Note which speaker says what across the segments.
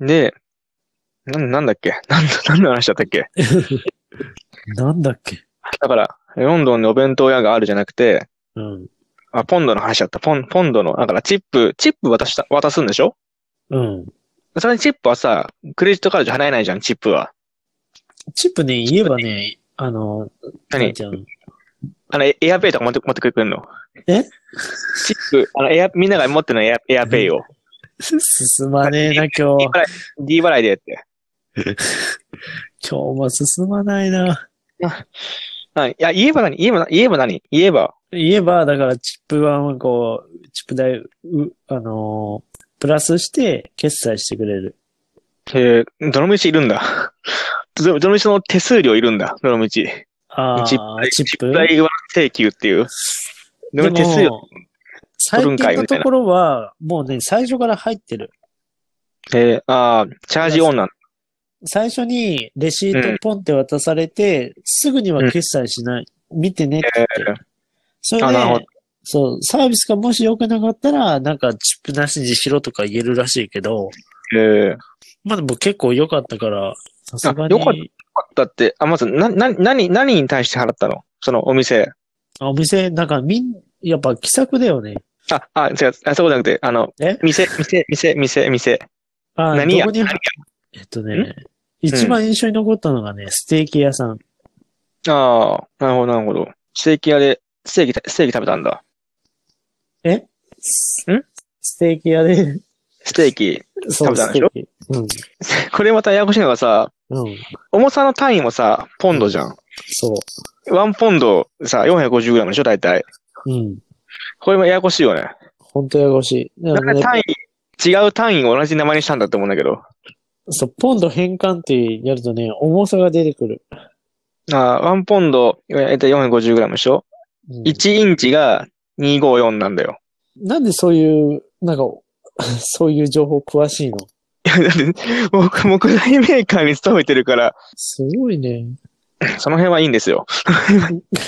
Speaker 1: で、な、なんだっけ なんだ、なんの話だったっけ
Speaker 2: なんだっけ
Speaker 1: だから、ロンドンにお弁当屋があるじゃなくて、
Speaker 2: うん。
Speaker 1: あ、ポンドの話だった。ポン、ポンドの、だからチップ、チップ渡した、渡すんでしょ
Speaker 2: うん。
Speaker 1: それにチップはさ、クレジットカードじゃ払えないじゃん、チップは。
Speaker 2: チップね、言えばね、あの、
Speaker 1: 何
Speaker 2: ちゃん。
Speaker 1: あの、エエアペイとか持って、持ってくれるの
Speaker 2: え
Speaker 1: チップ、あの、エア、みんなが持ってるのエア、エアペイを。
Speaker 2: 進まねえな、今
Speaker 1: D。
Speaker 2: 日
Speaker 1: 払い、D 払いでって。
Speaker 2: 今日も進まないな。
Speaker 1: はい。いや、言えば何言えば何言えば何言えば。
Speaker 2: 言えば、だからチップは、こう、チップ代、う、あのープラスして決済してくれる。
Speaker 1: えー、どの道いるんだ。 どどの道の手数料いるんだ、どの道。チッ
Speaker 2: ああ、
Speaker 1: チ
Speaker 2: チ
Speaker 1: ップ
Speaker 2: ッ
Speaker 1: プ
Speaker 2: プ
Speaker 1: 代は請求っていう。で
Speaker 2: で
Speaker 1: も手数料。
Speaker 2: も、最
Speaker 1: 取るんかい
Speaker 2: 近のところは、もうね、最初から入ってる。
Speaker 1: えー、ああ、チャージオンなんだ。
Speaker 2: 最初にレシートポンって渡されて、すぐには決済しない。見てねって言って。
Speaker 1: えー
Speaker 2: それ
Speaker 1: あ
Speaker 2: で
Speaker 1: なるほど、
Speaker 2: そう、サービスがもし良くなかったら、なんかチップなしにしろとか言えるらしいけど、
Speaker 1: えー、よ
Speaker 2: まあでも結構良かったから、さすが
Speaker 1: あ良かっ
Speaker 2: に、
Speaker 1: かったって、あ、まず、な、な、何、何に対して払ったのそのお店。
Speaker 2: あお店、なんかみん、やっぱ気さくだよね。
Speaker 1: あ、あ、違う、あ、そこじゃなくて、あの、
Speaker 2: え
Speaker 1: 店、店、店、店、店。
Speaker 2: あ
Speaker 1: 何や
Speaker 2: どこに
Speaker 1: 何
Speaker 2: えっとね、一番印象に残ったのがね、ステーキ屋さん。
Speaker 1: ああ、なるほど、なるほど。ステーキ屋で、ステーキ、ステーキ食べたんだ。
Speaker 2: えステーキ屋で、
Speaker 1: ステーキ。
Speaker 2: そ
Speaker 1: 食
Speaker 2: う、
Speaker 1: べた
Speaker 2: ス
Speaker 1: んで
Speaker 2: テ
Speaker 1: しょ
Speaker 2: ーキ。うん。
Speaker 1: これまたややこしいのがさ、
Speaker 2: うん。
Speaker 1: 重さの単位もさ、ポンドじゃん。
Speaker 2: そ
Speaker 1: ワンポンドさ、450g でしょ、大体。
Speaker 2: う。うん。
Speaker 1: これもややこしいよね。
Speaker 2: 本当ややこしい。
Speaker 1: な
Speaker 2: だ
Speaker 1: ん
Speaker 2: から
Speaker 1: で
Speaker 2: ね
Speaker 1: 単位、違う単位を同じ名前にしたんだと思うんだけど。
Speaker 2: そう、ポンド変換ってやるとね、重さが出てくる。
Speaker 1: あーワンポンド、えっと 450g でしょ
Speaker 2: うん
Speaker 1: ?1 インチが254なんだよ。
Speaker 2: なんでそういう、なんか、 そういう情報詳しいの
Speaker 1: いやだって僕、木材メーカーに勤めてるから、
Speaker 2: すごいね。
Speaker 1: その辺はいいんですよ。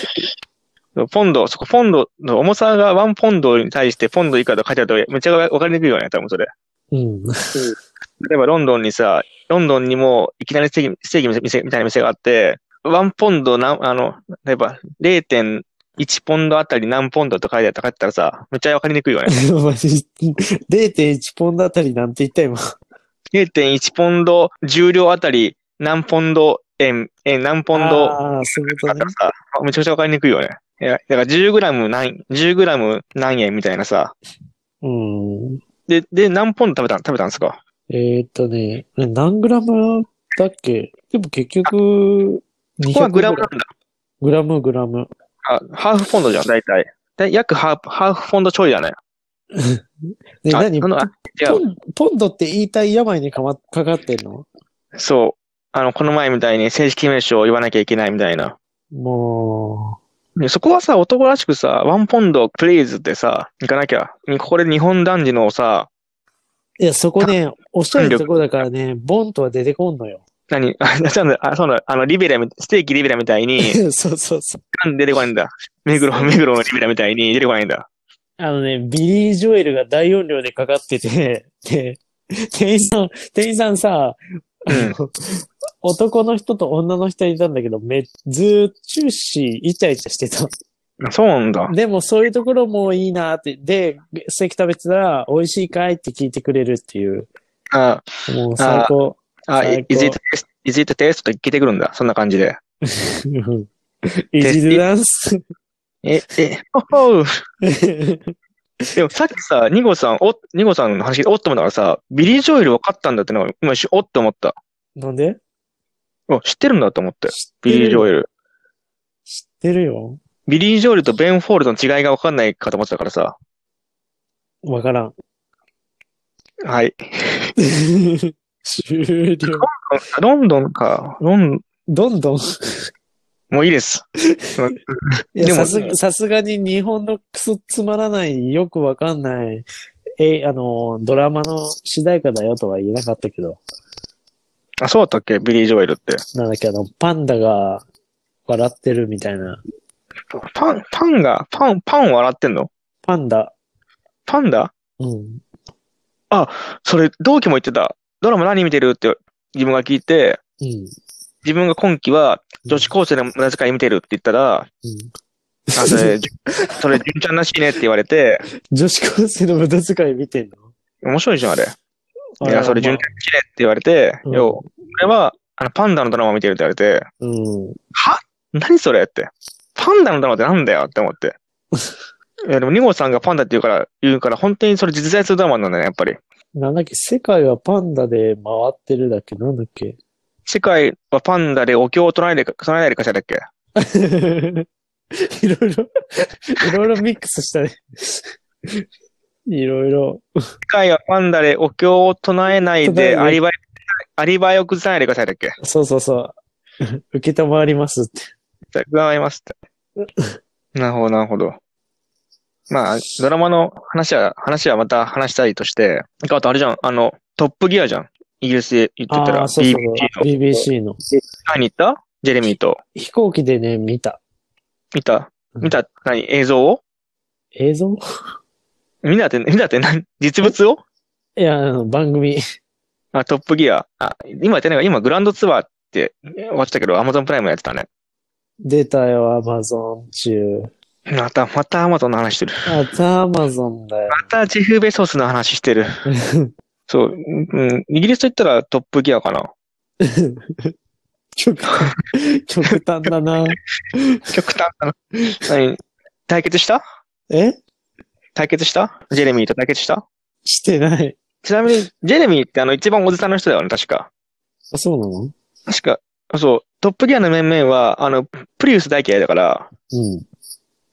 Speaker 1: ポンド、そこ、ポンドの重さがワンポンドに対してポンド以下と書いてあると、めっちゃわかりにくいよね、多分それ。
Speaker 2: うん。
Speaker 1: 例えばロンドンにさ、ロンドンにもいきなりステーキ、ステーキ店店みたいな店があって、ワンポンドなん、あの、例えば0.1ポンドあたり何ポンドと書いてあった書いてたらさ、めっちゃわかりにくいよね。
Speaker 2: マジ0.1ポンドあたりなんて言った今。
Speaker 1: 0.1ポンド重量あたり何ポンド円、円何ポンド
Speaker 2: ああ、そういうこ
Speaker 1: だ
Speaker 2: と
Speaker 1: っ
Speaker 2: ね
Speaker 1: たら。さ、めちゃくちゃわかりにくいよね。いや、だから10グラム何、10グラム何円みたいなさ。
Speaker 2: うん。
Speaker 1: で、で、何ポンド食べたん、食べたんですか
Speaker 2: えーっとね、何グラムだっけでも結局、
Speaker 1: ここは
Speaker 2: 200
Speaker 1: グラムなんだ。
Speaker 2: グラム、グラム。
Speaker 1: あ、ハーフポンドじゃん、大体。で約ハーフ、ハーフポンドちょいだね。
Speaker 2: で、
Speaker 1: あ
Speaker 2: 何
Speaker 1: そ
Speaker 2: ポ
Speaker 1: のあ違う。
Speaker 2: ンポンドって言いたい病にか,、ま、かかってんの
Speaker 1: そう。あの、この前みたいに正式名称を言わなきゃいけないみたいな。
Speaker 2: も
Speaker 1: でそこはさ、男らしくさ、ワンポンドプレイズってさ、行かなきゃ。ここで日本男児のさ、
Speaker 2: う、いや、そこね、おっしゃるとこだからね、ボンとは出てこんのよ。
Speaker 1: 何 あ、そうなんだ、あ、そうなんだ、あの、リベラみ、ステーキリベラみたいに、
Speaker 2: そうそうそう。
Speaker 1: なんで出てこないん だ。目黒、目黒のリベラみたいに出てこないんだ。
Speaker 2: あのね、ビリー・ジョエルが大音量でかかってて、で、店員さん、店員さんさ、あの男の人と女の人いたんだけど、め、ずーっと終始イチャイチャしてた。
Speaker 1: あそうなんだ。
Speaker 2: でもそういうところもいいなって、で、ステーキ食べてたら、美味しいかいって聞いてくれるっていう。
Speaker 1: あ、
Speaker 2: もう最高。
Speaker 1: あ、
Speaker 2: 最
Speaker 1: is
Speaker 2: 高
Speaker 1: it, is it taste? と聞いてくるんだ。そんな感じで。
Speaker 2: イジルダンス。
Speaker 1: え、え、ほほうでもさっきさ、ニゴさん、お、ニゴさんの話、おっと思ったからさ、ビリー・ジョエル分かったんだってのが、今一瞬、おっと思った。
Speaker 2: なんで
Speaker 1: お、知ってるんだと思って。
Speaker 2: 知って
Speaker 1: ビリー・ジョ
Speaker 2: る
Speaker 1: エル。
Speaker 2: 知ってるよ。
Speaker 1: ビリー・ジョエルとベン・フォールドの違いが分かんないかと思ってたからさ。
Speaker 2: わからん。
Speaker 1: はい。
Speaker 2: 終了。
Speaker 1: ロンドンか。ロン、
Speaker 2: どんどん。
Speaker 1: もういいです。
Speaker 2: いや
Speaker 1: でも
Speaker 2: さすが、さすがに日本のクソつまらない、よくわかんない、え、あの、ドラマの主題歌だよとは言えなかったけど、
Speaker 1: あ、そうだったっけビリー・ジョエルって。
Speaker 2: なんだっけ、あの、パンダが笑ってるみたいな。
Speaker 1: パン、パンが、パン、パン笑ってんの
Speaker 2: パンダ。
Speaker 1: パンダ
Speaker 2: うん。
Speaker 1: それ、同期も言ってた。ドラマ何見てるって自分が聞いて、
Speaker 2: うん。
Speaker 1: 自分が今期は女子高生の無駄遣い見てるって言ったら、
Speaker 2: うん
Speaker 1: あ、そ れ、それ、純ちゃんらしいねって言われて、
Speaker 2: 女子高生の無駄遣い見てんの
Speaker 1: 面白いじゃん、あれ。い
Speaker 2: あ
Speaker 1: や、
Speaker 2: ら
Speaker 1: それ、
Speaker 2: ま
Speaker 1: 純
Speaker 2: あ
Speaker 1: ちゃんらしいねって言われて、
Speaker 2: うん
Speaker 1: よう、これは、あの、パンダのドラマ見てるって言われて、
Speaker 2: うん。
Speaker 1: は何それって。パンダのドラマってなんだよって思っ て。いや、でも、ニゴさんがパンダって言うから、言うから、本当にそれ実在するドラマなんだね、やっぱり。
Speaker 2: なんだっけ、世界はパンダで回ってるだっけなんだっけ
Speaker 1: 世界はパンダでお経を唱えないで、唱えないでかしらだっけ
Speaker 2: いろいろ、いろいろミックスしたね。いろいろ。
Speaker 1: 世界はパンダでお経を唱えない
Speaker 2: 唱え
Speaker 1: で、
Speaker 2: ない
Speaker 1: アリバイ、アリバイを崩さないでくださいだっけ
Speaker 2: そうそうそう。受けたまわりますって。
Speaker 1: じゃあ伺います って。なるほど、なるほど。まあ、ドラマの話は、話はまた話したいとして、あとあれじゃん、あの、トップギアじゃん。イギリスで言ってた
Speaker 2: あ
Speaker 1: ら、
Speaker 2: あ、そうそう
Speaker 1: BBC の。
Speaker 2: BBC の。
Speaker 1: 会いに行ったジェレミーと。
Speaker 2: 飛行機でね、見た。
Speaker 1: 見た
Speaker 2: うん
Speaker 1: 見た何映像を
Speaker 2: 映像
Speaker 1: 見たって、見たって何実物を
Speaker 2: いや、あの、番組。
Speaker 1: あ、トップギア。あ、今やってないか今グランドツアーって終わっちゃったけど、アマゾンプライムやってたね。
Speaker 2: 出たよ、Amazon 中。
Speaker 1: また、またアマゾンの話してる。
Speaker 2: あ、ザ・アマゾンだよ。
Speaker 1: またジェフ・ベソスの話して る。そう、うん、イギリスと言ったらトップギアかな。
Speaker 2: 極端、極端だな。
Speaker 1: 極端 だな。何対決した
Speaker 2: え
Speaker 1: 対決したジェレミーと対決した
Speaker 2: してない。
Speaker 1: ちなみに、ジェレミーってあの一番おじさんの人だよね、確か。
Speaker 2: あ、そうなの
Speaker 1: 確か、そう、トップギアの面々は、あの、プリウス大嫌いだから、
Speaker 2: うん。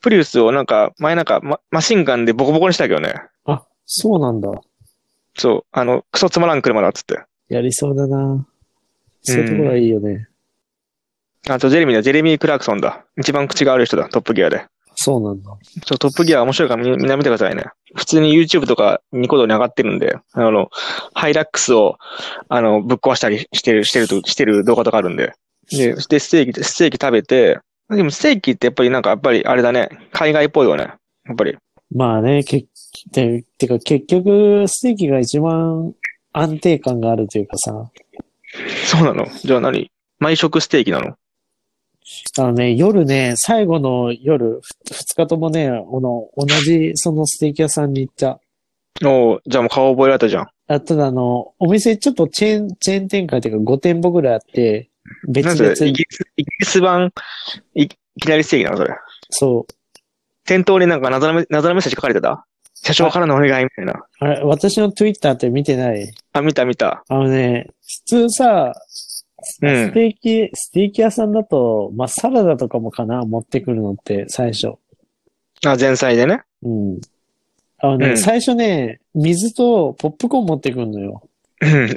Speaker 1: プリウスをなんか、前なんか、まマシンガンでボコボコにしたけどね。
Speaker 2: あ、そうなんだ。
Speaker 1: そう、あの、クソつまらん車だっつって。
Speaker 2: やりそうだな。そういうところがいいよね。
Speaker 1: あと、ジェレミーだ、ジェレミー・クラークソンだ。一番口が悪い人だ、トップギアで。
Speaker 2: そうなんだ。
Speaker 1: そう、トップギア面白いからみみんな見てくださいね。普通に YouTube とかニコ動に上がってるんで、あの、ハイラックスを、あの、ぶっ壊したりしてる、してると、してる動画とかあるんで。で、で、ステーキ、ステーキ食べて、でもステーキってやっぱりなんか、やっぱりあれだね、海外っぽいよね。やっぱり。
Speaker 2: まあね、け、て、てか結局、ステーキが一番安定感があるというかさ、
Speaker 1: そうなのじゃあ何毎食ステーキなの
Speaker 2: あのね、夜ね、最後の夜、ふ二日ともね、あの、同じそのステーキ屋さんに行った。
Speaker 1: おうじゃあもう顔覚えられたじゃん。
Speaker 2: あただあの、お店ちょっとチェーン、チェーン展開というか5店舗ぐらいあって、別
Speaker 1: なん
Speaker 2: 々
Speaker 1: でイギ
Speaker 2: に、
Speaker 1: リス、イギリス版、いいきなりステーキなのそれ。
Speaker 2: そう、
Speaker 1: 店頭になんか謎のメ謎のメッセージ書かれてた社長からのお願いみたいな。
Speaker 2: あれ、私の Twitter って見てない
Speaker 1: あ、見た見た。
Speaker 2: あのね、普通
Speaker 1: う
Speaker 2: さ、
Speaker 1: ん
Speaker 2: ステーキ、ステーキ屋さんだと、まあ、サラダとかもかな、持ってくるのって、最初。
Speaker 1: あ、前菜でね。
Speaker 2: うん。あのね、
Speaker 1: うん
Speaker 2: 最初ね、水とポップコーン持ってくるのよ。
Speaker 1: うん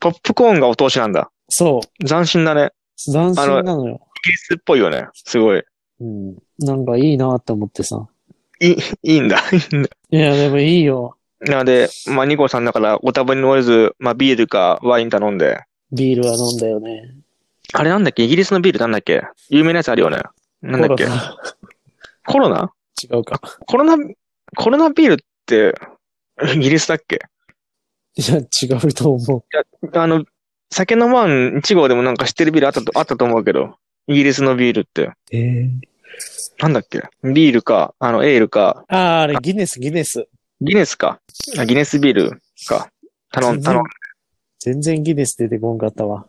Speaker 1: ポップコーンがお通しなんだ。
Speaker 2: そう。
Speaker 1: 斬新だね。
Speaker 2: 斬新なのよ。
Speaker 1: イギリスっぽいよね。すごい。
Speaker 2: うん。なんかいいなって思ってさ。
Speaker 1: いい、いいんだ。 いいんだ。
Speaker 2: いや、でもいいよ。
Speaker 1: なので、まあ、ニコさんだからご多分に漏れず、まあ、ビールかワイン頼んで。
Speaker 2: ビールは飲んだよね。
Speaker 1: あれなんだっけイギリスのビールなんだっけ有名なやつあるよね。なんだっけ
Speaker 2: コロナ
Speaker 1: コロナ
Speaker 2: 違うか。
Speaker 1: コロナ、コロナビールって、イギリスだっけ
Speaker 2: いや、違うと思う。
Speaker 1: あの、酒のマン1号でもなんか知ってるビールあったと、あったと思うけど。イギリスのビールって。
Speaker 2: ええ
Speaker 1: なんだっけビールか、あの、エールか、
Speaker 2: ああ、あれ、ギネス、ギネス。
Speaker 1: ギネスか。あギネスビールか。頼ん、頼ん。
Speaker 2: 全然ギネス出てこんかったわ。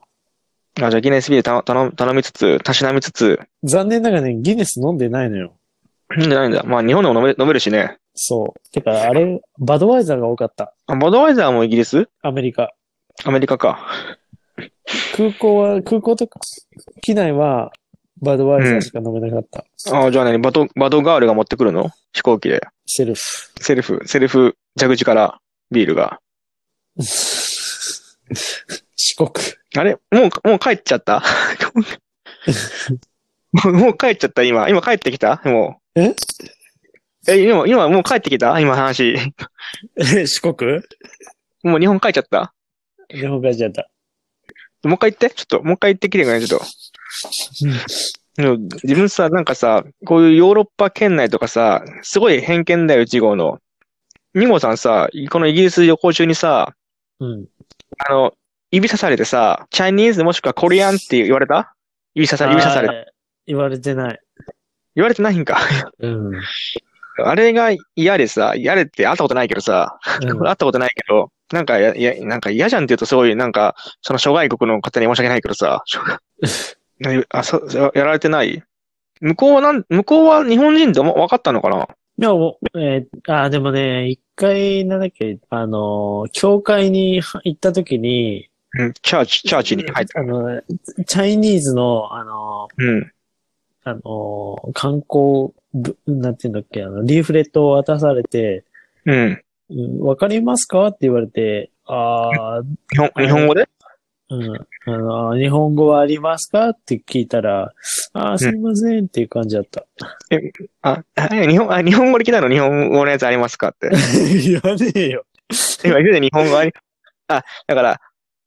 Speaker 1: あ、じゃあギネスビール頼頼頼みつつ、たしなみつつ、
Speaker 2: 残念ながらね、ギネス飲んでないのよ。
Speaker 1: 飲んでないんだ。まあ日本でも飲める飲めるしね。
Speaker 2: そう。てか、あれ、バドワイザーが多かった。
Speaker 1: あ、ボドワイザーもイギリス
Speaker 2: アメリカ。
Speaker 1: アメリカか。
Speaker 2: 空港は、空港とか、機内は、バドワイザーしか飲めなかった。
Speaker 1: あ、じゃあ何バド、バドガールが持ってくるの飛行機で。
Speaker 2: セルフ。
Speaker 1: セルフ、セルフ、蛇口からビールが。
Speaker 2: 四国。
Speaker 1: あれもう、もう帰っちゃった もうもう帰っちゃった今。今帰ってきたもう。
Speaker 2: え
Speaker 1: え、今、今もう帰ってきた今話。
Speaker 2: 四国
Speaker 1: もう日本帰っちゃった
Speaker 2: 日本海じゃった。
Speaker 1: もう一回言って、ちょっと、もう一回言ってきてくれない、ちょっと。でも自分さ、なんかさ、こういうヨーロッパ圏内とかさ、すごい偏見だよ、1号の。2号さんさ、このイギリス旅行中にさ、
Speaker 2: うん。
Speaker 1: あの、指さされてさ、チャイニーズもしくはコリアンって言われた指ささ指さされた。
Speaker 2: あー言われてない。
Speaker 1: 言われてないんか。
Speaker 2: うん。うん
Speaker 1: あれが嫌でさ、嫌でって会ったことないけどさ、会ったことないけど、なんかや、や、なんか嫌じゃんって言うとすごい、なんか、その諸外国の方に申し訳ないけどさ、 諸外何あ、そ、そやられてない向こうはなん、向こうは日本人って分かったのかな
Speaker 2: でも、えーあー、でもね、一回、なんだっけ、あのー、教会に行った時に、
Speaker 1: うん、チャーチ、チャーチに入った。
Speaker 2: あの、チャイニーズの、あの
Speaker 1: うん。
Speaker 2: ー、あのー、観光ぶ、なんていうんだっけ、あの、リーフレットを渡されて、
Speaker 1: うん。
Speaker 2: うんわかりますかって言われて、あー
Speaker 1: 日本、日本語で
Speaker 2: うん。あのー、日本語はありますかって聞いたら、あーすいませんっていう感じだった。
Speaker 1: あ、あ日本、あ、日本語で来たの日本語のやつありますかって。
Speaker 2: 言わねえよ。
Speaker 1: 今言うで日本語あり、あ、だから、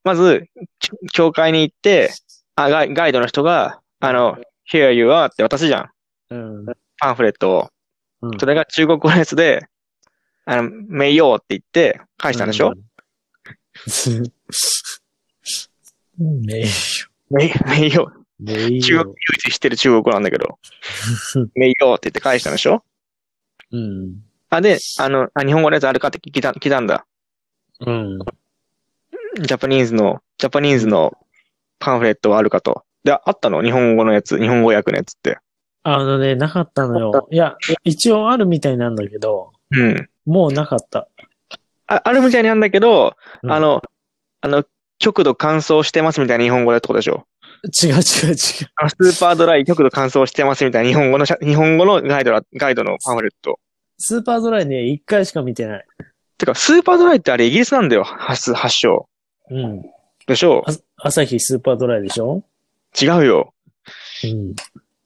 Speaker 1: まず、ち教会に行って、あ、ガイガイドの人が、あの、here you are って渡すじゃん。
Speaker 2: うん。
Speaker 1: パンフレットを。
Speaker 2: うん
Speaker 1: それが中国語のやつで、あの、名誉って言って返したんでしょ、
Speaker 2: うん、名誉。
Speaker 1: 名名誉。
Speaker 2: 名
Speaker 1: 中国
Speaker 2: 誉。、
Speaker 1: 唯一知ってる中国語なんだけ ど、名誉って言って返したんでしょ
Speaker 2: うん。
Speaker 1: あ、で、あの、あ日本語のやつあるかって聞いた、聞いたんだ。
Speaker 2: うん。
Speaker 1: ジャパニーズの、ジャパニーズのパンフレットはあるかと。で、あったの日本語のやつ、日本語訳のやつって。
Speaker 2: あのね、なかったのよ。いや、一応あるみたいなんだけど、
Speaker 1: うん。
Speaker 2: もうなかった。
Speaker 1: ああるみたいなんだけど、
Speaker 2: うん
Speaker 1: あの、あの、極度乾燥してますみたいな日本語だってことでしょ
Speaker 2: 違う違う違う。
Speaker 1: あのスーパードライ極度乾燥してますみたいな日本語のしゃ、日本語のガイドラ、ガイドのパンフレット。
Speaker 2: スーパードライね、一回しか見てない。
Speaker 1: てか、スーパードライってあれイギリスなんだよ、発、発祥。
Speaker 2: うん。
Speaker 1: でしょ
Speaker 2: あ朝日スーパードライでしょ
Speaker 1: 違うよ。
Speaker 2: うん。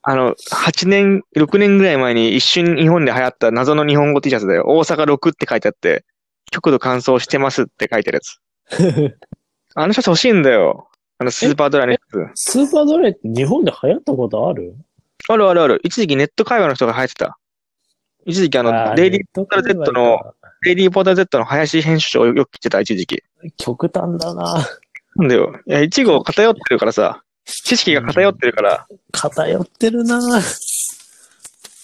Speaker 1: あの、8年、6年ぐらい前に一瞬日本で流行った謎の日本語 T シャツだよ。大阪6って書いてあって、極度乾燥してますって書いてるやつ。あのシャツ欲しいんだよ。あのスーパードライのやつ。
Speaker 2: スーパードライって日本で流行ったことある
Speaker 1: あるあるある。一時期ネット会話の人が流行ってた。一時期あの、
Speaker 2: ー
Speaker 1: デイリー
Speaker 2: ネ、ト
Speaker 1: ポータル Z のデイリーポーター Z の林編集長をよく来てた、一時期。
Speaker 2: 極端だな。
Speaker 1: なんだよ。いや、一号偏ってるからさ、知識が偏ってるから。
Speaker 2: 偏ってるな。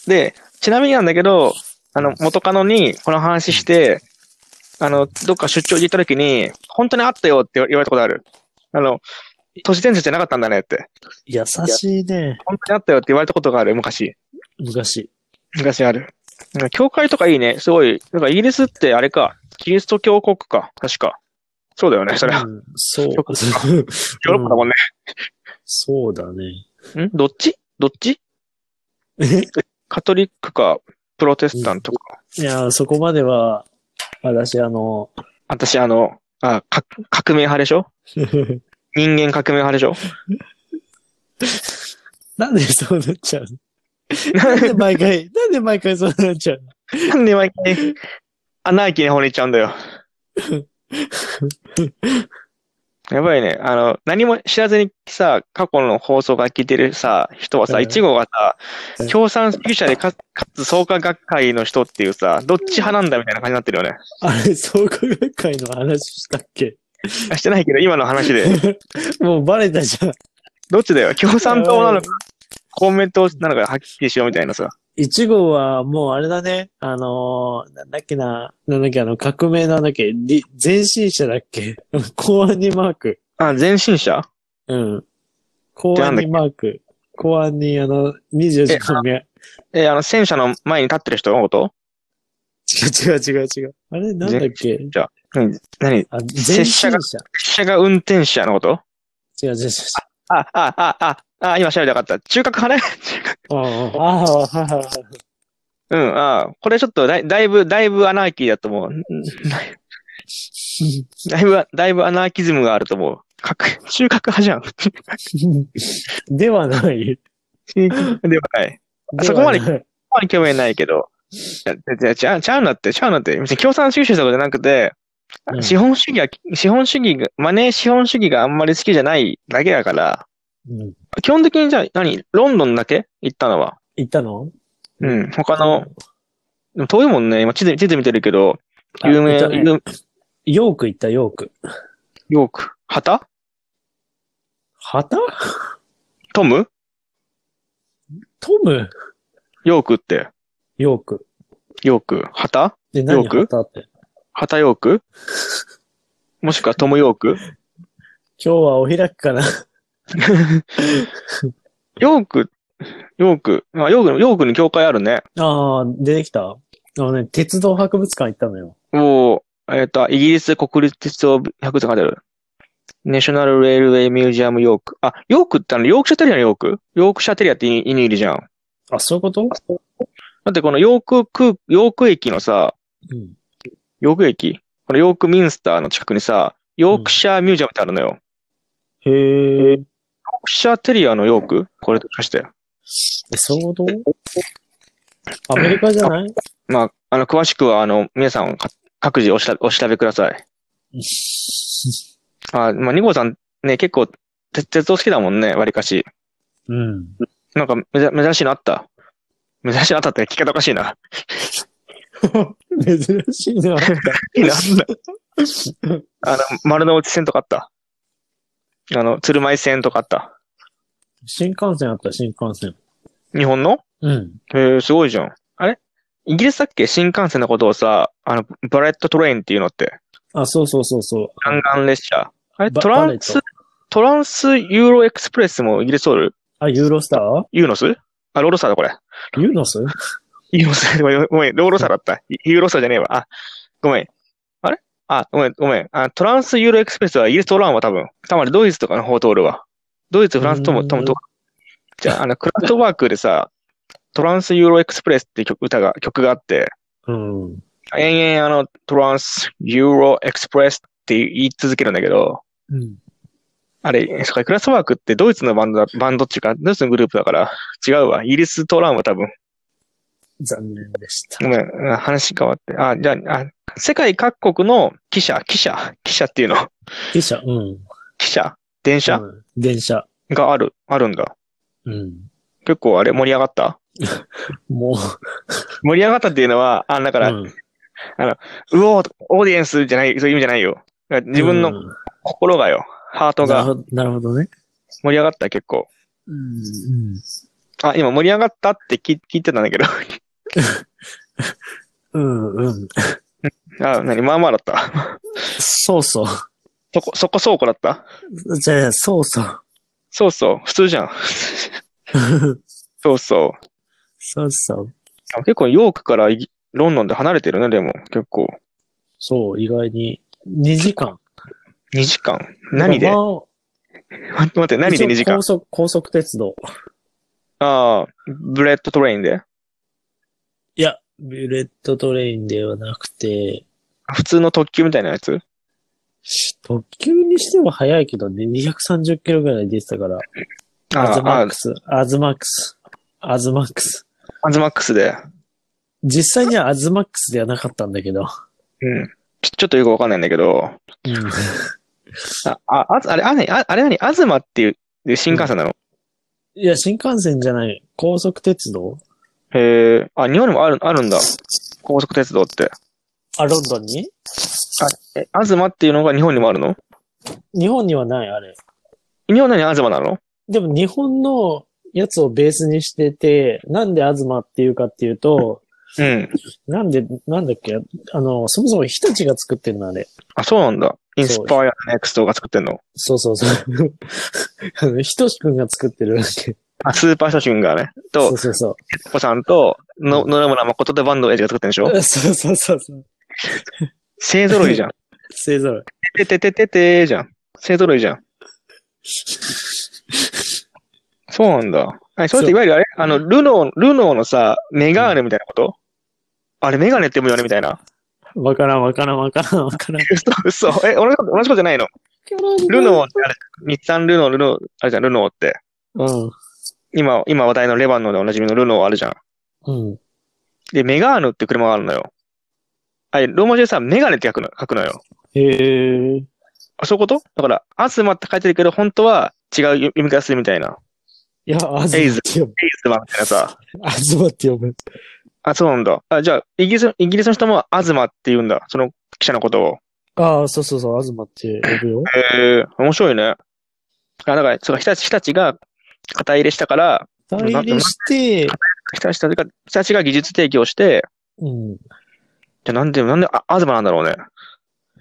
Speaker 1: で、ちなみになんだけど、あの、元カノにこの話して、あの、どっか出張に行った時に、本当にあったよって言われたことある。あの、都市伝説じゃなかったんだねって。
Speaker 2: 優しいね。
Speaker 1: 本当にあったよって言われたことがある、昔。
Speaker 2: 昔。
Speaker 1: 昔ある。うん教会とかいいね。すごい。なんかイギリスってあれか。キリスト教国か。確か。そうだよね。それは。
Speaker 2: うんそう。
Speaker 1: 極ヨーロッパだもんね。
Speaker 2: そうだね。
Speaker 1: んどっちどっちカトリックか、プロテスタントか。
Speaker 2: いや、そこまでは、私、あの、
Speaker 1: 私、あの、あ、か革命派でしょ人間革命派でしょ
Speaker 2: なんでそうなっちゃう のなんで毎回、なんで毎回そうなっちゃうの
Speaker 1: なんで毎回、アナーキーの方に行っちゃうん だよ。やばいね。あの、何も知らずにさ、過去の放送が聞いてるさ、人はさ、
Speaker 2: うん
Speaker 1: 一号が
Speaker 2: う
Speaker 1: さ、
Speaker 2: ん
Speaker 1: 共産主義者でかかつ創価学会の人っていうさ、どっち派なんだみたいな感じになってるよね。
Speaker 2: あれ、創価学会の話したっけ
Speaker 1: あしてないけど、今の話で。
Speaker 2: もうバレたじゃん。
Speaker 1: どっちだよ共産党なのか、公明党なのか、はっきりしようみたいなさ。
Speaker 2: 一号は、もうあれだね。あのーなんだっけな、なんだっけ、あの、革命なんだっけ、り前進者だっけ 公安にマーク。
Speaker 1: あ、前進者
Speaker 2: うん。公安にマーク。公安に、あの、24時間目。違
Speaker 1: えーあの、戦車の前に立ってる人のこと
Speaker 2: う違う違う違う。あれ、なんだっけ
Speaker 1: 何何
Speaker 2: あ、前進者。
Speaker 1: 列車が運転者のこと
Speaker 2: 違う違う違う違う。
Speaker 1: あ、あ、あ、あ、あ、今調べたかった。中核派ね 中核
Speaker 2: ああ、ああ、はいはいはい。
Speaker 1: うん、あこれちょっとだい、だいぶ、だいぶアナーキーだと思う。うん だいぶ、だいぶアナーキズムがあると思う。核中核派じゃん。
Speaker 2: ではない。
Speaker 1: ではない。あそこまで
Speaker 2: はない
Speaker 1: まあ興味ないけど。いやいやちゃうちゃうんだって、ちゃうんだって。別に共産主義者とかじゃなくて、
Speaker 2: うん
Speaker 1: 資本主義は、資本主義が、マネー資本主義があんまり好きじゃないだけだから、
Speaker 2: うん
Speaker 1: 基本的にじゃあ何、ロンドンだけ行ったのは。
Speaker 2: 行ったの
Speaker 1: うん。他の、でも遠いもんね。今地図、地図見てるけど、
Speaker 2: あ
Speaker 1: 有名、
Speaker 2: 行ったね
Speaker 1: 有
Speaker 2: ヨーク行った、ヨーク。
Speaker 1: ヨーク。旗
Speaker 2: 旗
Speaker 1: トム
Speaker 2: トム
Speaker 1: ヨークって。
Speaker 2: ヨーク。
Speaker 1: ヨーク。旗
Speaker 2: で、何
Speaker 1: ヨーク
Speaker 2: 旗って。
Speaker 1: 旗ヨークもしくはトムヨーク
Speaker 2: 今日はお開きかな。
Speaker 1: ヨーク、ヨーク、あヨーク、ヨークに教会あるね。
Speaker 2: ああ、出てきた。あのね、鉄道博物館行ったのよ。
Speaker 1: もう、えっ、と、イギリス国立鉄道博物館である。ナショナル・レールウェイ・ミュージアム・ヨーク。あ、ヨークってあの、ヨークシャテリアのヨークヨークシャテリアって犬犬いるじゃん。
Speaker 2: あ、そういうこと
Speaker 1: だってこのヨーク空、ヨーク駅のさ、
Speaker 2: うん。
Speaker 1: ヨーク駅このヨークミンスターの近くにさ、ヨークシャーミュージアムってあるのよ。ヨー
Speaker 2: へえ。
Speaker 1: クシャーテリアのヨークこれとかして。
Speaker 2: え、そういうことアメリカじゃない
Speaker 1: まあ、あの、詳しくは、あの、皆さんか各自おしらお調べください。あ、まあ、ニコさんね、結構、鉄鉄道好きだもんね、わりかし。
Speaker 2: うん。
Speaker 1: なんか、めざ珍しいのあった珍しいのあったって聞き方おかしいな。
Speaker 2: 珍しいな。
Speaker 1: いいな。あの、丸の内線とかあった。あの、鶴舞線とかあった。
Speaker 2: 新幹線あった、新幹線。
Speaker 1: 日本の
Speaker 2: うん。
Speaker 1: へえ、すごいじゃん。あれイギリスだっけ新幹線のことをさ、あの、バレットトレインっていうのって。
Speaker 2: あ、そうそうそうそう。
Speaker 1: 弾丸列車。あれ
Speaker 2: バ
Speaker 1: トランス
Speaker 2: バレット、
Speaker 1: トランスユーロエクスプレスもイギリスソウル
Speaker 2: あ、ユーロスター
Speaker 1: ユーノスあ、ローロスターだこれ。
Speaker 2: ユーノス
Speaker 1: ユーロス、ごめん、ごめんローロスターだった。ユーロスターじゃねえわ。あ、ごめん。あれあ、ごめん、ごめん。あ、トランスユーロエクスプレスはイギリス通らんわ、多分。たまにドイツとかの方通るわ。ドイツ、フランスとも、
Speaker 2: うん
Speaker 1: ともと。じゃあ、あの、クラフトワークでさ、トランスユーロエクスプレスって曲、歌が、曲があって、
Speaker 2: うん。
Speaker 1: 延々あの、トランスユーロエクスプレスって言い続けるんだけど、
Speaker 2: うん。
Speaker 1: あれ、そっか、クラフトワークってドイツのバンドだ、バンドっていうか、ドイツのグループだから、違うわ。イギリス通らんわ、多分。
Speaker 2: 残念でした。
Speaker 1: ごめん、あ話変わって。あ、じゃあ、あ世界各国の汽車、汽車、汽車っていうの、
Speaker 2: 汽車、うん。
Speaker 1: 汽車、電車
Speaker 2: うん電車。
Speaker 1: がある、あるんだ。
Speaker 2: うん。
Speaker 1: 結構あれ、盛り上がった
Speaker 2: もう、
Speaker 1: 盛り上がったっていうのは、あ、だから、う
Speaker 2: うん
Speaker 1: おーオーディエンスじゃない、そういう意味じゃないよ。だから自分
Speaker 2: う
Speaker 1: の
Speaker 2: ん
Speaker 1: 心がよ、ハート
Speaker 2: なる
Speaker 1: が
Speaker 2: ほどなるほどね。
Speaker 1: 盛り上がった、結構。
Speaker 2: うん。
Speaker 1: あ、今盛り上がったって聞聞いてたんだけど。
Speaker 2: うん。うん。
Speaker 1: あ、なに、まあまあだった。
Speaker 2: そうそう。
Speaker 1: そこ、そこ倉庫だった
Speaker 2: じゃあ、そうそう。
Speaker 1: そうそう、普通じゃ ん。そうそう。
Speaker 2: そうそう。
Speaker 1: あ結構ヨークからイギロンドンで離れてるね、でも、結構。
Speaker 2: そう、意外に。2時間。
Speaker 1: 2時間何で
Speaker 2: まあ
Speaker 1: 待って、何で2時間
Speaker 2: 高速、高速鉄道。
Speaker 1: ああ、ブレッドトレインで
Speaker 2: いや、ビュレットトレインではなくて、
Speaker 1: 普通の特急みたいなやつ
Speaker 2: 特急にしては早いけどね、230キロぐらい出てたから、
Speaker 1: あ
Speaker 2: アズ
Speaker 1: あ、
Speaker 2: マッ
Speaker 1: あ
Speaker 2: クス、アズマックス、アズマックス。
Speaker 1: アズマックスで。
Speaker 2: 実際にはアズマックスではなかったんだけど。
Speaker 1: うん。ちょちょっとよくわかんないんだけど。
Speaker 2: うん
Speaker 1: あ、あ、あずあれ、あれ、ああれ何アズマっていうで新幹線なの、
Speaker 2: いや、新幹線じゃない、高速鉄道
Speaker 1: へえ。あ、日本にもある、あるんだ。高速鉄道って。
Speaker 2: あ、ロンドンに
Speaker 1: え、アズマっていうのが日本にもあるの
Speaker 2: 日本にはない、あれ。
Speaker 1: 日本何アズマなの
Speaker 2: でも日本のやつをベースにしてて、なんで東っていうかっていうと、
Speaker 1: うん。
Speaker 2: なんで、なんだっけ、あの、そもそも日立が作ってるの、あれ。
Speaker 1: あ、そうなんだ。インス
Speaker 2: そう
Speaker 1: パイアネクストが作ってんの。
Speaker 2: そうそうそう。 あの、ひとしくんが作ってるだけ。
Speaker 1: あ、スーパー写真がね。と
Speaker 2: そ、うそうそう。
Speaker 1: ペコさんと、の、
Speaker 2: う
Speaker 1: 野々村誠とバンドエイジが作ってんでしょ
Speaker 2: そうそうそうそう。
Speaker 1: 勢揃いじゃん。
Speaker 2: 勢ぞろい。
Speaker 1: てててててーじゃん。勢揃いじゃん。そうなんだ。はい、それっていわゆるあれあの、ルノー、ルノーのさ、メガーネみたいなこと、あれメガネって読むよねみたいな。
Speaker 2: わからんわからんわからんわからん。
Speaker 1: 嘘、嘘。え、同じこと、同じことじゃないのルノーってあれ、日産ルノー、ルノー、あれじゃん、ルノーって。
Speaker 2: ー。
Speaker 1: 今、今話題のレバノンでおなじみのルノーあるじゃん。
Speaker 2: うん。うん。
Speaker 1: で、メガーヌって車があるのよ。はい、ローマ字でさ、メガネって書くの、書くのよ。
Speaker 2: へえ。
Speaker 1: あ、そういうことだから、アスマって書いてるけど、本当は違う読み方するみたいな。
Speaker 2: いや、あずまって呼ぶ。
Speaker 1: エイズマみたいなさ。
Speaker 2: あずまって呼ぶ。
Speaker 1: あ、そうなんだ。あ、じゃあ、イギリス、イギリスの人もアズマって言うんだ。その記者のことを。
Speaker 2: ああ、そうそうそう、東って呼ぶよ。
Speaker 1: えー、面白いね。あ、だから、そうか、日立、日立が肩入れしたから、
Speaker 2: 代理して、
Speaker 1: 日立が、日立が技術提供して、
Speaker 2: うん。
Speaker 1: じゃあなんで、なんで、あ、東なんだろうね。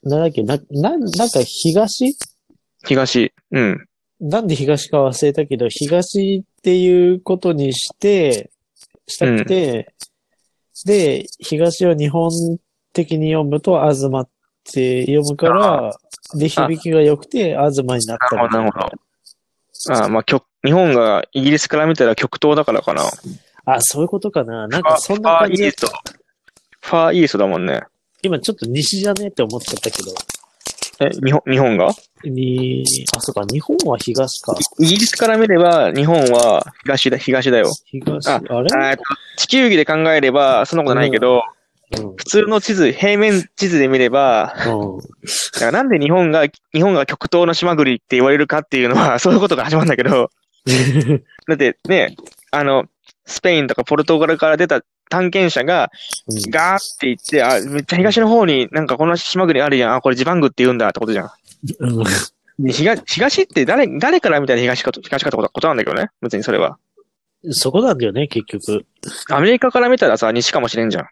Speaker 2: なんだっけ、な、なん、なんか東
Speaker 1: 東。うん。
Speaker 2: なんで東か忘れたけど、東っていうことにして、したくて、で、東を日本的に読むと、あずまって読むから、で、響きが良くて、あずまになっ
Speaker 1: な
Speaker 2: た
Speaker 1: るほ
Speaker 2: みた
Speaker 1: ど、
Speaker 2: い
Speaker 1: なるほど。あ、まあ、極日本がイギリスから見たら極東だからかな。
Speaker 2: あ、そういうことかな。な
Speaker 1: フ
Speaker 2: んか
Speaker 1: ァ
Speaker 2: そんな
Speaker 1: ファー
Speaker 2: 感
Speaker 1: イ
Speaker 2: じ
Speaker 1: ー。スト。ファーイーストだもんね。
Speaker 2: 今ちょっと西じゃねって思っちゃったけど。
Speaker 1: え、日本、日本が
Speaker 2: に、あ、そうか、日本は東か。
Speaker 1: イギリスから見れば、日本は東だ、東だよ。
Speaker 2: 東、あ
Speaker 1: ああ
Speaker 2: れ
Speaker 1: えっと地球儀で考えれば、そんなことないけど、
Speaker 2: うん。
Speaker 1: 普通の地図、平面地図で見れば、
Speaker 2: うん
Speaker 1: だからなんで日本が、日本が極東の島国って言われるかっていうのは、 そういうことが始まるんだけど、だってね、あの、スペインとかポルトガルから出た探検者が、ガーって行って、あ、めっちゃ東の方になんかこの島国あるやん。あ、これジバングって言うんだってことじゃん。
Speaker 2: うん。
Speaker 1: で東東って誰、誰から見たら東かと、東かってことことなんだけどね。別にそれは。
Speaker 2: そこなんだよね、結局。
Speaker 1: アメリカから見たらさ、西かもしれんじゃん。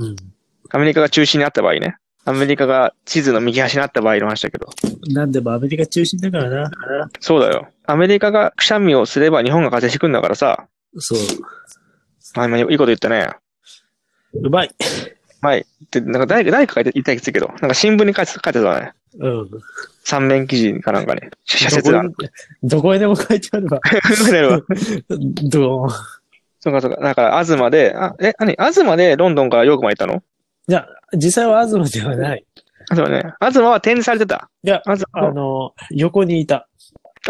Speaker 2: うん。
Speaker 1: アメリカが中心にあった場合ね。アメリカが地図の右端にあった場合の話だけど。
Speaker 2: なんでもアメリカ中心だからな。
Speaker 1: そうだよ。アメリカがくしゃみをすれば日本が風邪ひくんだからさ。
Speaker 2: そう。
Speaker 1: あ、今いいこと言ったね。
Speaker 2: うまい。
Speaker 1: はい。で、なんか誰か、誰かが言ったやつだけど、なんか新聞に書いて書いてたね。
Speaker 2: うん。
Speaker 1: 三面記事かなんかね。社
Speaker 2: ど
Speaker 1: 説
Speaker 2: こ
Speaker 1: が
Speaker 2: に。どこへでも書いてあれば。 どう
Speaker 1: そうかそうか。だから、東で、あ、え、何東でロンドンからヨークまで行ったの
Speaker 2: じゃあ、実際は東ではない。
Speaker 1: あ、そうね。東は展示されてた。
Speaker 2: いや
Speaker 1: 東
Speaker 2: あ
Speaker 1: あ
Speaker 2: の、横にいた。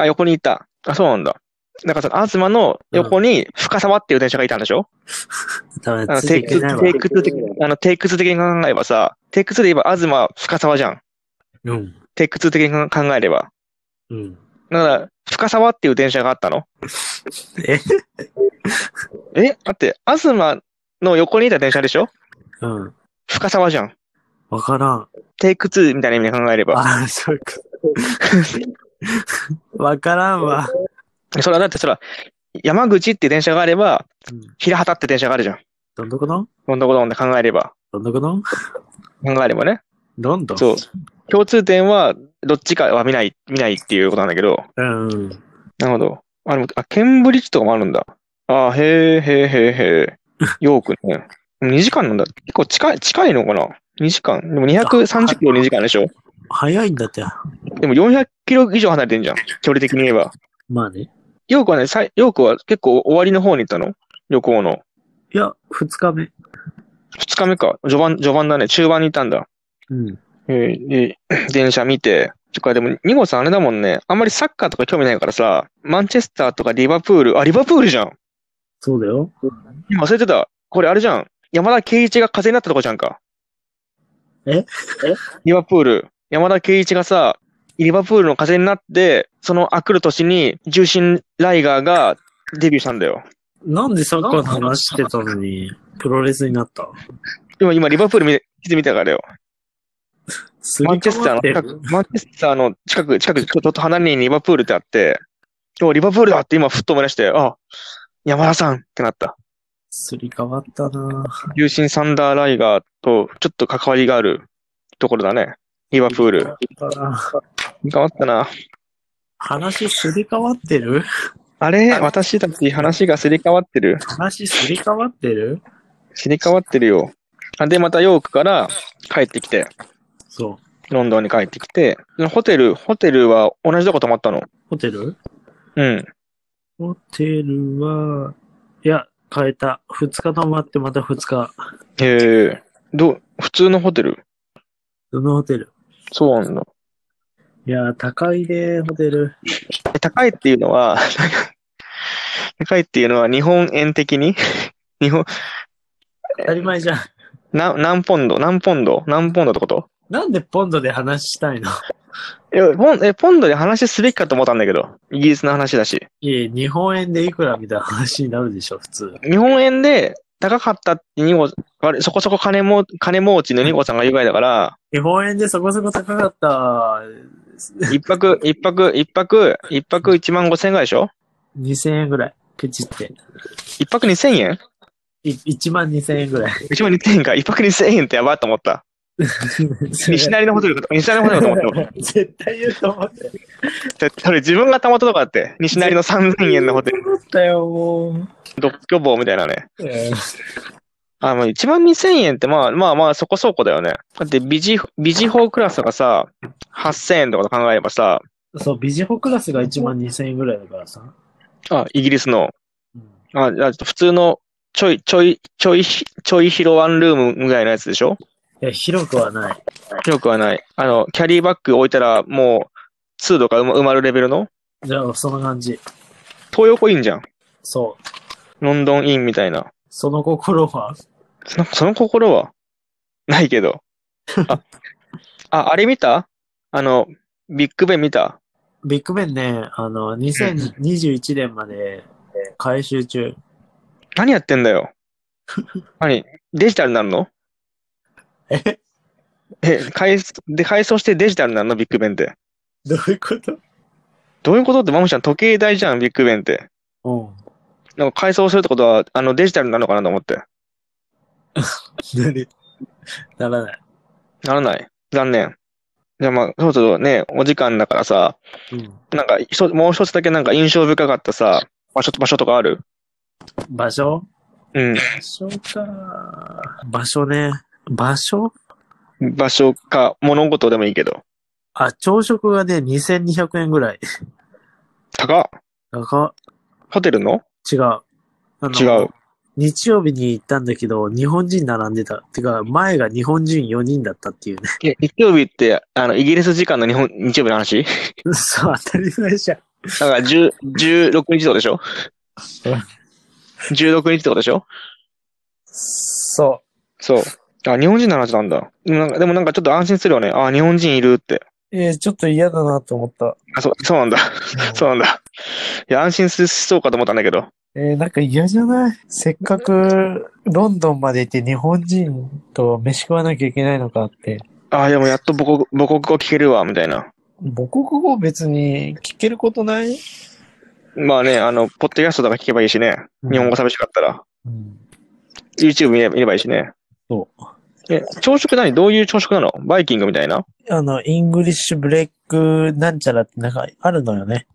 Speaker 1: 横に行った。あ、そうなんだ。なんかその、東の横に深沢っていう電車がいたんでしょ、
Speaker 2: ダメ
Speaker 1: あの、テイク2、テイク2的に、あの、テイク2的に考えればさ、テイク2で言えば東、深沢じゃん。
Speaker 2: うん。
Speaker 1: テイク2的に考えれば。
Speaker 2: うん。
Speaker 1: だから、深沢っていう電車があったの
Speaker 2: え
Speaker 1: えだって、東の横にいた電車でしょ
Speaker 2: うん。
Speaker 1: 深沢じゃん。
Speaker 2: わからん。
Speaker 1: テイク2みたいな意味で考えれば。
Speaker 2: あ、そうか。 わからんわ。
Speaker 1: それはだってそら、山口って電車があれば
Speaker 2: うん、
Speaker 1: 平畑って電車があるじゃん。
Speaker 2: どんどこの
Speaker 1: ロンドンドンで考えれば。
Speaker 2: どんどこの
Speaker 1: 考えればね。
Speaker 2: ロンドン
Speaker 1: そう。共通点は、どっちかは見ない、見ないっていうことなんだけど。
Speaker 2: うん。
Speaker 1: なるほど。あ、でも、あ、ケンブリッジとかもあるんだ。あ、へえ、へえ、へえ、へえ。 ヨークね。2時間なんだ。結構近い、近いのかな ?2 時間。でも230キロ2時間でしょ
Speaker 2: 早いんだって。
Speaker 1: でも400キロ以上離れてんじゃん。距離的に言えば。
Speaker 2: まあね。
Speaker 1: ヨークはね、さいヨークは結構終わりの方に行ったの旅行の。
Speaker 2: いや、二日目。
Speaker 1: 2日目か。序盤、序盤だね。中盤に行ったんだ。
Speaker 2: うん。
Speaker 1: えーえー 電車見て。とか、でも、ニゴさんあれだもんね。あんまりサッカーとか興味ないからさ、マンチェスターとかリバプール、あ、リバプールじゃん。
Speaker 2: そうだよ。
Speaker 1: 忘れてた。これあれじゃん。山田圭一が風邪になったとこじゃんか。
Speaker 2: ええ
Speaker 1: リバプール。山田圭一がさ、リバプールの風邪になって、そのあくる年に重心ライガーがデビューしたんだよ。
Speaker 2: なんでサッカーの話してたのに、プロレスになった
Speaker 1: 今、今、リバプール見て、見てみたからよ。
Speaker 2: す
Speaker 1: マンチェスターの近く、マンチェスターの近く、近く、ちょっと離れにリバプールってあって、今日リバプールだって今ふっと思い出して、あ、山田さんってなった。
Speaker 2: すり替わったな
Speaker 1: 友神サンダーライガーとちょっと関わりがあるところだね。リバプール。変わったな。
Speaker 2: 話すり替わってる
Speaker 1: あれ私たち話がすり替わってる。
Speaker 2: 話すり替わってる
Speaker 1: すり替わってるよ。あで、またヨークから帰ってきて、
Speaker 2: そ
Speaker 1: ロンドンに帰ってきて、ホテル、ホテルは同じとこ泊まったの。
Speaker 2: う。ホテル
Speaker 1: うん。
Speaker 2: ホテルは、いや、変えた。二日泊まってまた二日。
Speaker 1: へえ。どう、普通のホテル
Speaker 2: そのホテル。
Speaker 1: そうなんだ。
Speaker 2: いや、高いね、ホテル。
Speaker 1: え高いっていうのは、 高いっていうのは日本円的に 日本、
Speaker 2: 当たり前じゃん。
Speaker 1: な、何ポンド何ポンド何ポンドってこと
Speaker 2: なんでポンドで話したいの
Speaker 1: いやポン、え、ポンドで話すべきかと思ったんだけど、イギリスの話だし。
Speaker 2: いえ、日本円でいくらみたいな話になるでしょ、普通。
Speaker 1: 日本円で、高かったって二号、あれそこそこ金も、金持ちの二号さんが言うぐらいだから、
Speaker 2: 日本円でそこそこ高かった。
Speaker 1: 一泊、一泊、一泊、一泊一万五千円ぐらいでしょ
Speaker 2: 2000円ぐらい。ケチって。
Speaker 1: 一泊二千円
Speaker 2: い1万2000円ぐらい。
Speaker 1: 一万二千円か。一泊二千円ってやばいと思った。西成のホテルかと、西成のホテルかと思 ったよ。
Speaker 2: 絶対言うと思って。
Speaker 1: 絶対俺自分がたまったとかだって、西成の三千円のホテル、
Speaker 2: 思ったよ、も
Speaker 1: 独居房みたいなね。
Speaker 2: う。
Speaker 1: あ、まあ一万二千円ってまあまあまあそこそこだよね。だってビジ、ビジ法クラスがさ、八千円とかと考えればさ、
Speaker 2: そう、ビジホクラスが1万2000円ぐらいだからさ。
Speaker 1: あ、イギリスの、
Speaker 2: うん
Speaker 1: あ、じゃあ普通のちょい、ちょい、ちょいひ、ちょい広ワンルームぐらいのやつでしょ
Speaker 2: いや、広くはない。
Speaker 1: 広くはない。あの、キャリーバッグ置いたらもう、通度が埋ま埋まるレベルの
Speaker 2: じゃあ、その感じ。
Speaker 1: 東横インじゃん。
Speaker 2: そう。
Speaker 1: ロンドンインみたいな。
Speaker 2: その心は、
Speaker 1: そのその心はないけど。あ、ああれ見たあの、ビッグベン見た
Speaker 2: ビッグベンね、あの、2021年まで回収中。
Speaker 1: 何やってんだ よ。何デジタルになるの
Speaker 2: え
Speaker 1: え、改装で、改装してデジタルになるのビッグベンって。
Speaker 2: どういうこと
Speaker 1: どういうことって、マムちゃん時計台じゃん、ビッグベンって。
Speaker 2: うん。
Speaker 1: なんか改装するってことは、あの、デジタルになるのかなと思って。
Speaker 2: 何ならない。
Speaker 1: ならない。残念。じゃあまあ、そろそろね、お時間だからさ、
Speaker 2: うん。
Speaker 1: なんか、一つもう一つだけなんか印象深かったさ、場所、場所とかある
Speaker 2: 場所
Speaker 1: うん。
Speaker 2: 場所か。場所ね。場所
Speaker 1: 場所か、物事でもいいけど。
Speaker 2: あ、朝食がね、2200円ぐらい。
Speaker 1: 高っ
Speaker 2: 高っ
Speaker 1: ホテルの
Speaker 2: 違う。あの
Speaker 1: 違う。。
Speaker 2: 日曜日に行ったんだけど、日本人並んでた。てか、前が日本人4人だったっていうね。
Speaker 1: え日曜日って、あの、イギリス時間の日本、日曜日の話
Speaker 2: そう、当たり前じゃん。
Speaker 1: だから、10 16日ってことでしょ ?16 日ってことでしょ
Speaker 2: そ
Speaker 1: そう。あ、日本人の話なんだ。でもなんか、でもなんかちょっと安心するよね。あ、日本人いるって。
Speaker 2: う。えちょっと嫌だなと思った。
Speaker 1: あ、そう、そうなんだ。そうなんだ。いや、安心しそうかと思ったんだけど。
Speaker 2: えーなんか嫌じゃないせっかくロンドンまで行って日本人と飯食わなきゃいけないのかって。
Speaker 1: あ、でもやっと母国母国語聞けるわ、みたいな。
Speaker 2: 母国語別に聞けることない、
Speaker 1: まあね、あの、ポッドキャストとか聞けばいいしね。日本語寂しかったら。
Speaker 2: うん、
Speaker 1: YouTube 見れ見ればいいしね。。
Speaker 2: そう
Speaker 1: え、朝食何どういう朝食なのバイキングみたいな
Speaker 2: あの、イングリッシュブレイクなんちゃらってなんかあるのよね。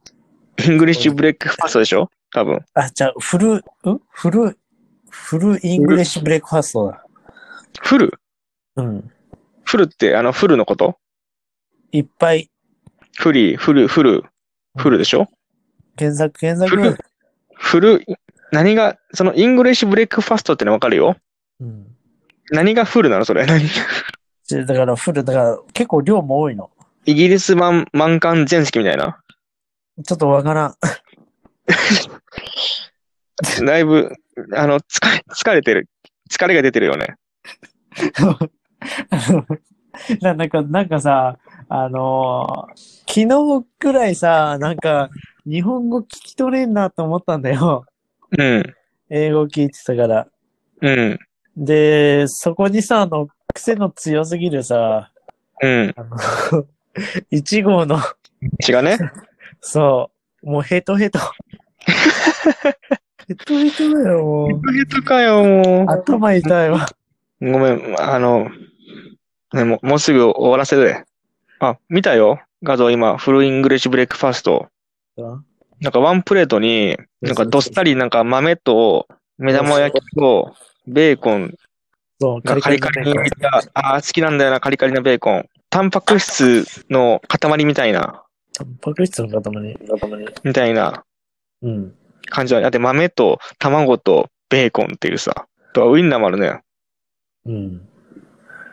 Speaker 1: イングリッシュブレックファーストでしょ多分。
Speaker 2: あ、じゃあ、フル、んフル、フルイングリッシュブレイクファーストだ。
Speaker 1: フル
Speaker 2: うん。
Speaker 1: フルって、あの、フルのこと
Speaker 2: いっぱい、
Speaker 1: フリー、フル、フル、フルでしょ
Speaker 2: 検索、検
Speaker 1: フル
Speaker 2: 索。、
Speaker 1: フル、何が、そのイングリッシュブレックファーストってのわかるよ
Speaker 2: うん。
Speaker 1: 何がフルなのそれ。何
Speaker 2: じゃあだから、フル、だから、結構量も多いの。
Speaker 1: イギリス版満漢全席みたいな。
Speaker 2: ちょっとわからん。
Speaker 1: だいぶ、あの、疲れ、疲れてる。疲れが出てるよね。
Speaker 2: ななんか、なんかさ、あのー昨日くらいさ、なんか、日本語聞き取れんなと思ったんだよ。
Speaker 1: うん。
Speaker 2: 英語聞いてたから。
Speaker 1: うん。
Speaker 2: で、そこにさ、あの、癖の強すぎるさ、
Speaker 1: うん。
Speaker 2: あの、1号の、
Speaker 1: 血がね。
Speaker 2: そう、もうヘトヘト。ヘトヘトだよ、もう。
Speaker 1: ヘトかよ、も
Speaker 2: 頭痛いわ。
Speaker 1: う。ごめん、あの、ね、もう、もうすぐ終わらせる。あ、見たよ。画像今、フルイングリッシュブレックファースト。なんかワンプレートに、なんかどっさりなんか豆と目玉焼きとベーコン
Speaker 2: そう、
Speaker 1: がカリカリに入った、あー好きなんだよな、カリカリのベーコン。タンパク質の塊みたいな、
Speaker 2: タンパク質の塊。塊。
Speaker 1: みたいな
Speaker 2: うん。
Speaker 1: 感じだ。だって豆と卵とベーコンっていうさ。あとはウインナーもあるね。
Speaker 2: うん。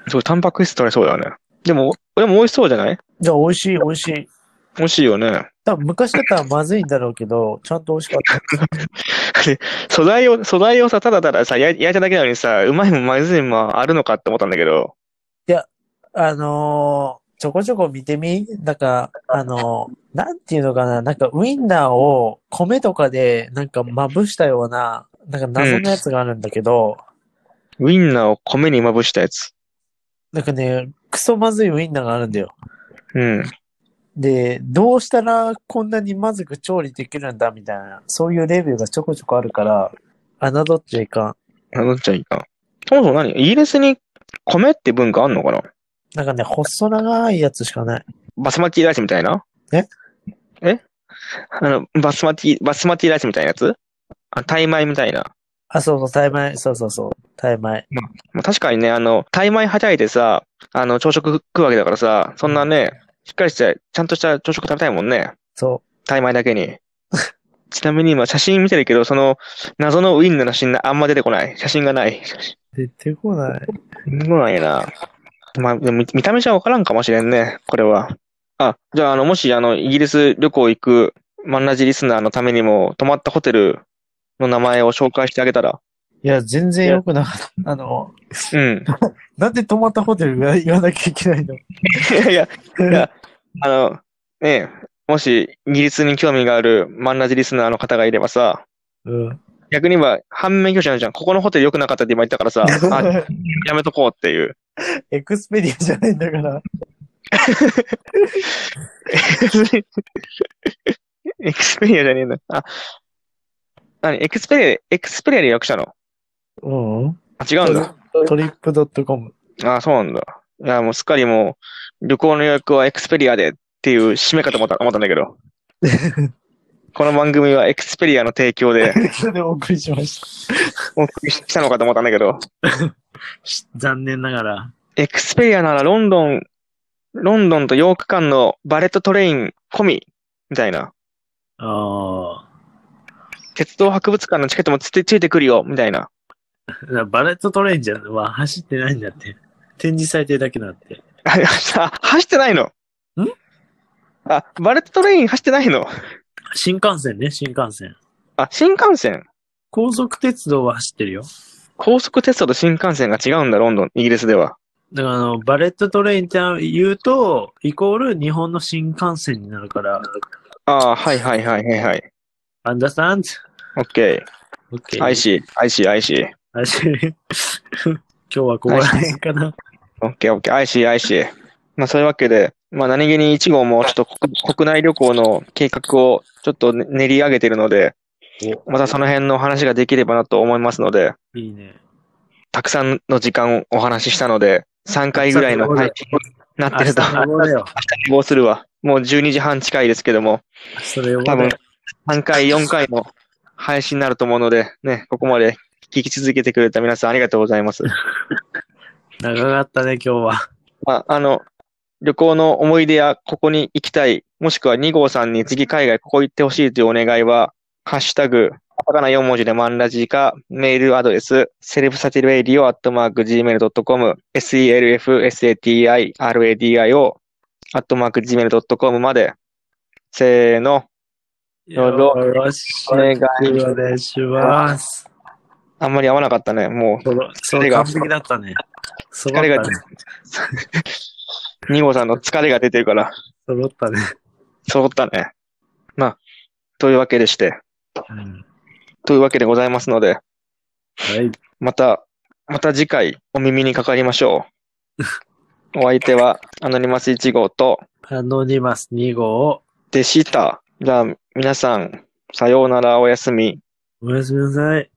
Speaker 1: そう、タンパク質取れそうだよね。でも、でも美味しそうじゃない
Speaker 2: じゃあ、美味しい、美味しい。
Speaker 1: 美味しいよね。
Speaker 2: 多分昔だったらまずいんだろうけど、ちゃんと美味しかった。
Speaker 1: 素材を、素材をさ、ただたださ、焼い焼いただけなのにさ、うまいもまずいもあるのかって思ったんだけど。
Speaker 2: あのーちょこちょこ見てみなんか、あのーなんていうのかななんかウインナーを米とかでなんかまぶしたような、なんか謎のやつがあるんだけど、
Speaker 1: ウインナーを米にまぶしたやつ。
Speaker 2: なんかね、クソまずいウインナーがあるんだよ。
Speaker 1: うん。
Speaker 2: で、どうしたらこんなにまずく調理できるんだみたいな、そういうレビューがちょこちょこあるから、侮っちゃいかん。
Speaker 1: あどっちゃいいか。そもそも何イギリスに米って文化あんのかな
Speaker 2: なんかね、細長いやつしかない。
Speaker 1: バスマティライスみたいな
Speaker 2: え
Speaker 1: えあの、バスマティ、バスマティライスみたいなやつあ、タイ米みたいな。
Speaker 2: あ、そうそう、タイ米、そうそうそう、タイ米。
Speaker 1: まあ、確かにね、あの、タイ米はたいてさ、あの、朝食食うわけだからさ、そんなね、しっかりした、ちゃんとした朝食食べたいもんね。
Speaker 2: そ
Speaker 1: タイ米だけに。ちなみに今写真見てるけど、その、謎のウィンの写真があんま出てこない。写真がない。
Speaker 2: う。出てこない。
Speaker 1: 出てこないな。まあ、でも見見た目じゃわからんかもしれんね、これは。あ、じゃあ、あの、もし、あの、イギリス旅行行く、マンラジリスナーのためにも、泊まったホテルの名前を紹介してあげたら。
Speaker 2: いや、全然良くなかった。あの、
Speaker 1: うん。
Speaker 2: なんで泊まったホテル言わなきゃいけないの
Speaker 1: いやいや、いや、あの、ねえ、もし、イギリスに興味があるマンラジリスナーの方がいればさ、
Speaker 2: うん。
Speaker 1: 逆に言えば、反面教師になるじゃん。ここのホテル良くなかったって今言ったからさ、あ、やめとこうっていう。
Speaker 2: エクスペディアじゃないんだから。
Speaker 1: エクスペリアじゃねえんだ。あ、何エクスペリア、エクスペリアで訳したの
Speaker 2: うん。
Speaker 1: あ、違うんだ。
Speaker 2: トリップドットコム。
Speaker 1: あ、そうなんだ。いや、もうすっかりもう、旅行の予約はエクスペリアでっていう締めかと思った思ったんだけど。この番組はエクスペリアの提供で
Speaker 2: それ でお送りしまし
Speaker 1: お送りしたのかと思ったんだけど。
Speaker 2: た。残念ながら。
Speaker 1: エクスペリアならロンドン、ロンドンとヨーク間のバレットトレイン込み、みたいな。
Speaker 2: あ
Speaker 1: 鉄道博物館のチケットもついてついてくるよ、みたいな。
Speaker 2: あ。バレットトレインじゃは走ってないんだって。展示されてるだけだって。
Speaker 1: あ、走ってないの
Speaker 2: ん
Speaker 1: あ、バレットトレイン走ってないの
Speaker 2: 新幹線ね、新幹線。
Speaker 1: あ、新幹線。
Speaker 2: 高速鉄道は走ってるよ。
Speaker 1: 高速鉄道と新幹線が違うんだ、ロンドン、イギリスでは。
Speaker 2: だからあの、バレットトレインって言うと、イコール日本の新幹線になるから、
Speaker 1: ああ、はいはいはいはいはい。
Speaker 2: アンダーサンズ
Speaker 1: オッケ
Speaker 2: ?OK。
Speaker 1: ー。I see, I see, I see.
Speaker 2: はい し今日はここら辺かな。
Speaker 1: オッケーオッケー、I see, I see. まあそういうわけで、まあ何気に1号もちょっと国国内旅行の計画をちょっとね練り上げてるので、またその辺のお話ができればなと思いますので、
Speaker 2: いいね。
Speaker 1: たくさんの時間をお話ししたので、3回ぐらいの配信になって
Speaker 2: 明
Speaker 1: る
Speaker 2: 日
Speaker 1: と、
Speaker 2: の午後だよ。
Speaker 1: 希望するわ。もう12時半近いですけども、
Speaker 2: それを
Speaker 1: 多分3回、4回の配信になると思うので、ね、ここまで聞き続けてくれた皆さんありがとうございます。
Speaker 2: 長かったね、今日は。
Speaker 1: まあ、あの、旅行の思い出やここに行きたい、もしくは2号さんに次海外ここ行ってほしいというお願いは、ハッシュタグ、カタカナ4文字でマンラジか、メールアドレス、セルフサティルエディオアットマーク Gmail.com、selfsatiradio アットマーク Gmail.com まで、せーの、どうぞ
Speaker 2: よろしく
Speaker 1: お願い
Speaker 2: お願いします。
Speaker 1: あんまり合わなかったね。も
Speaker 2: そう、完璧だったね。
Speaker 1: 疲れが
Speaker 2: 揃ったね
Speaker 1: う、2号さんの疲れが出てるから、
Speaker 2: 揃ったね。
Speaker 1: 揃ったね。まあ、というわけでして、
Speaker 2: うん
Speaker 1: というわけでございますので、
Speaker 2: はい。
Speaker 1: また、また次回お耳にかかりましょう。お相手はアノニマス1号と
Speaker 2: アノニマス2号、
Speaker 1: でした。じゃあ皆さん、さようならおやすみ。
Speaker 2: おやすみなさい。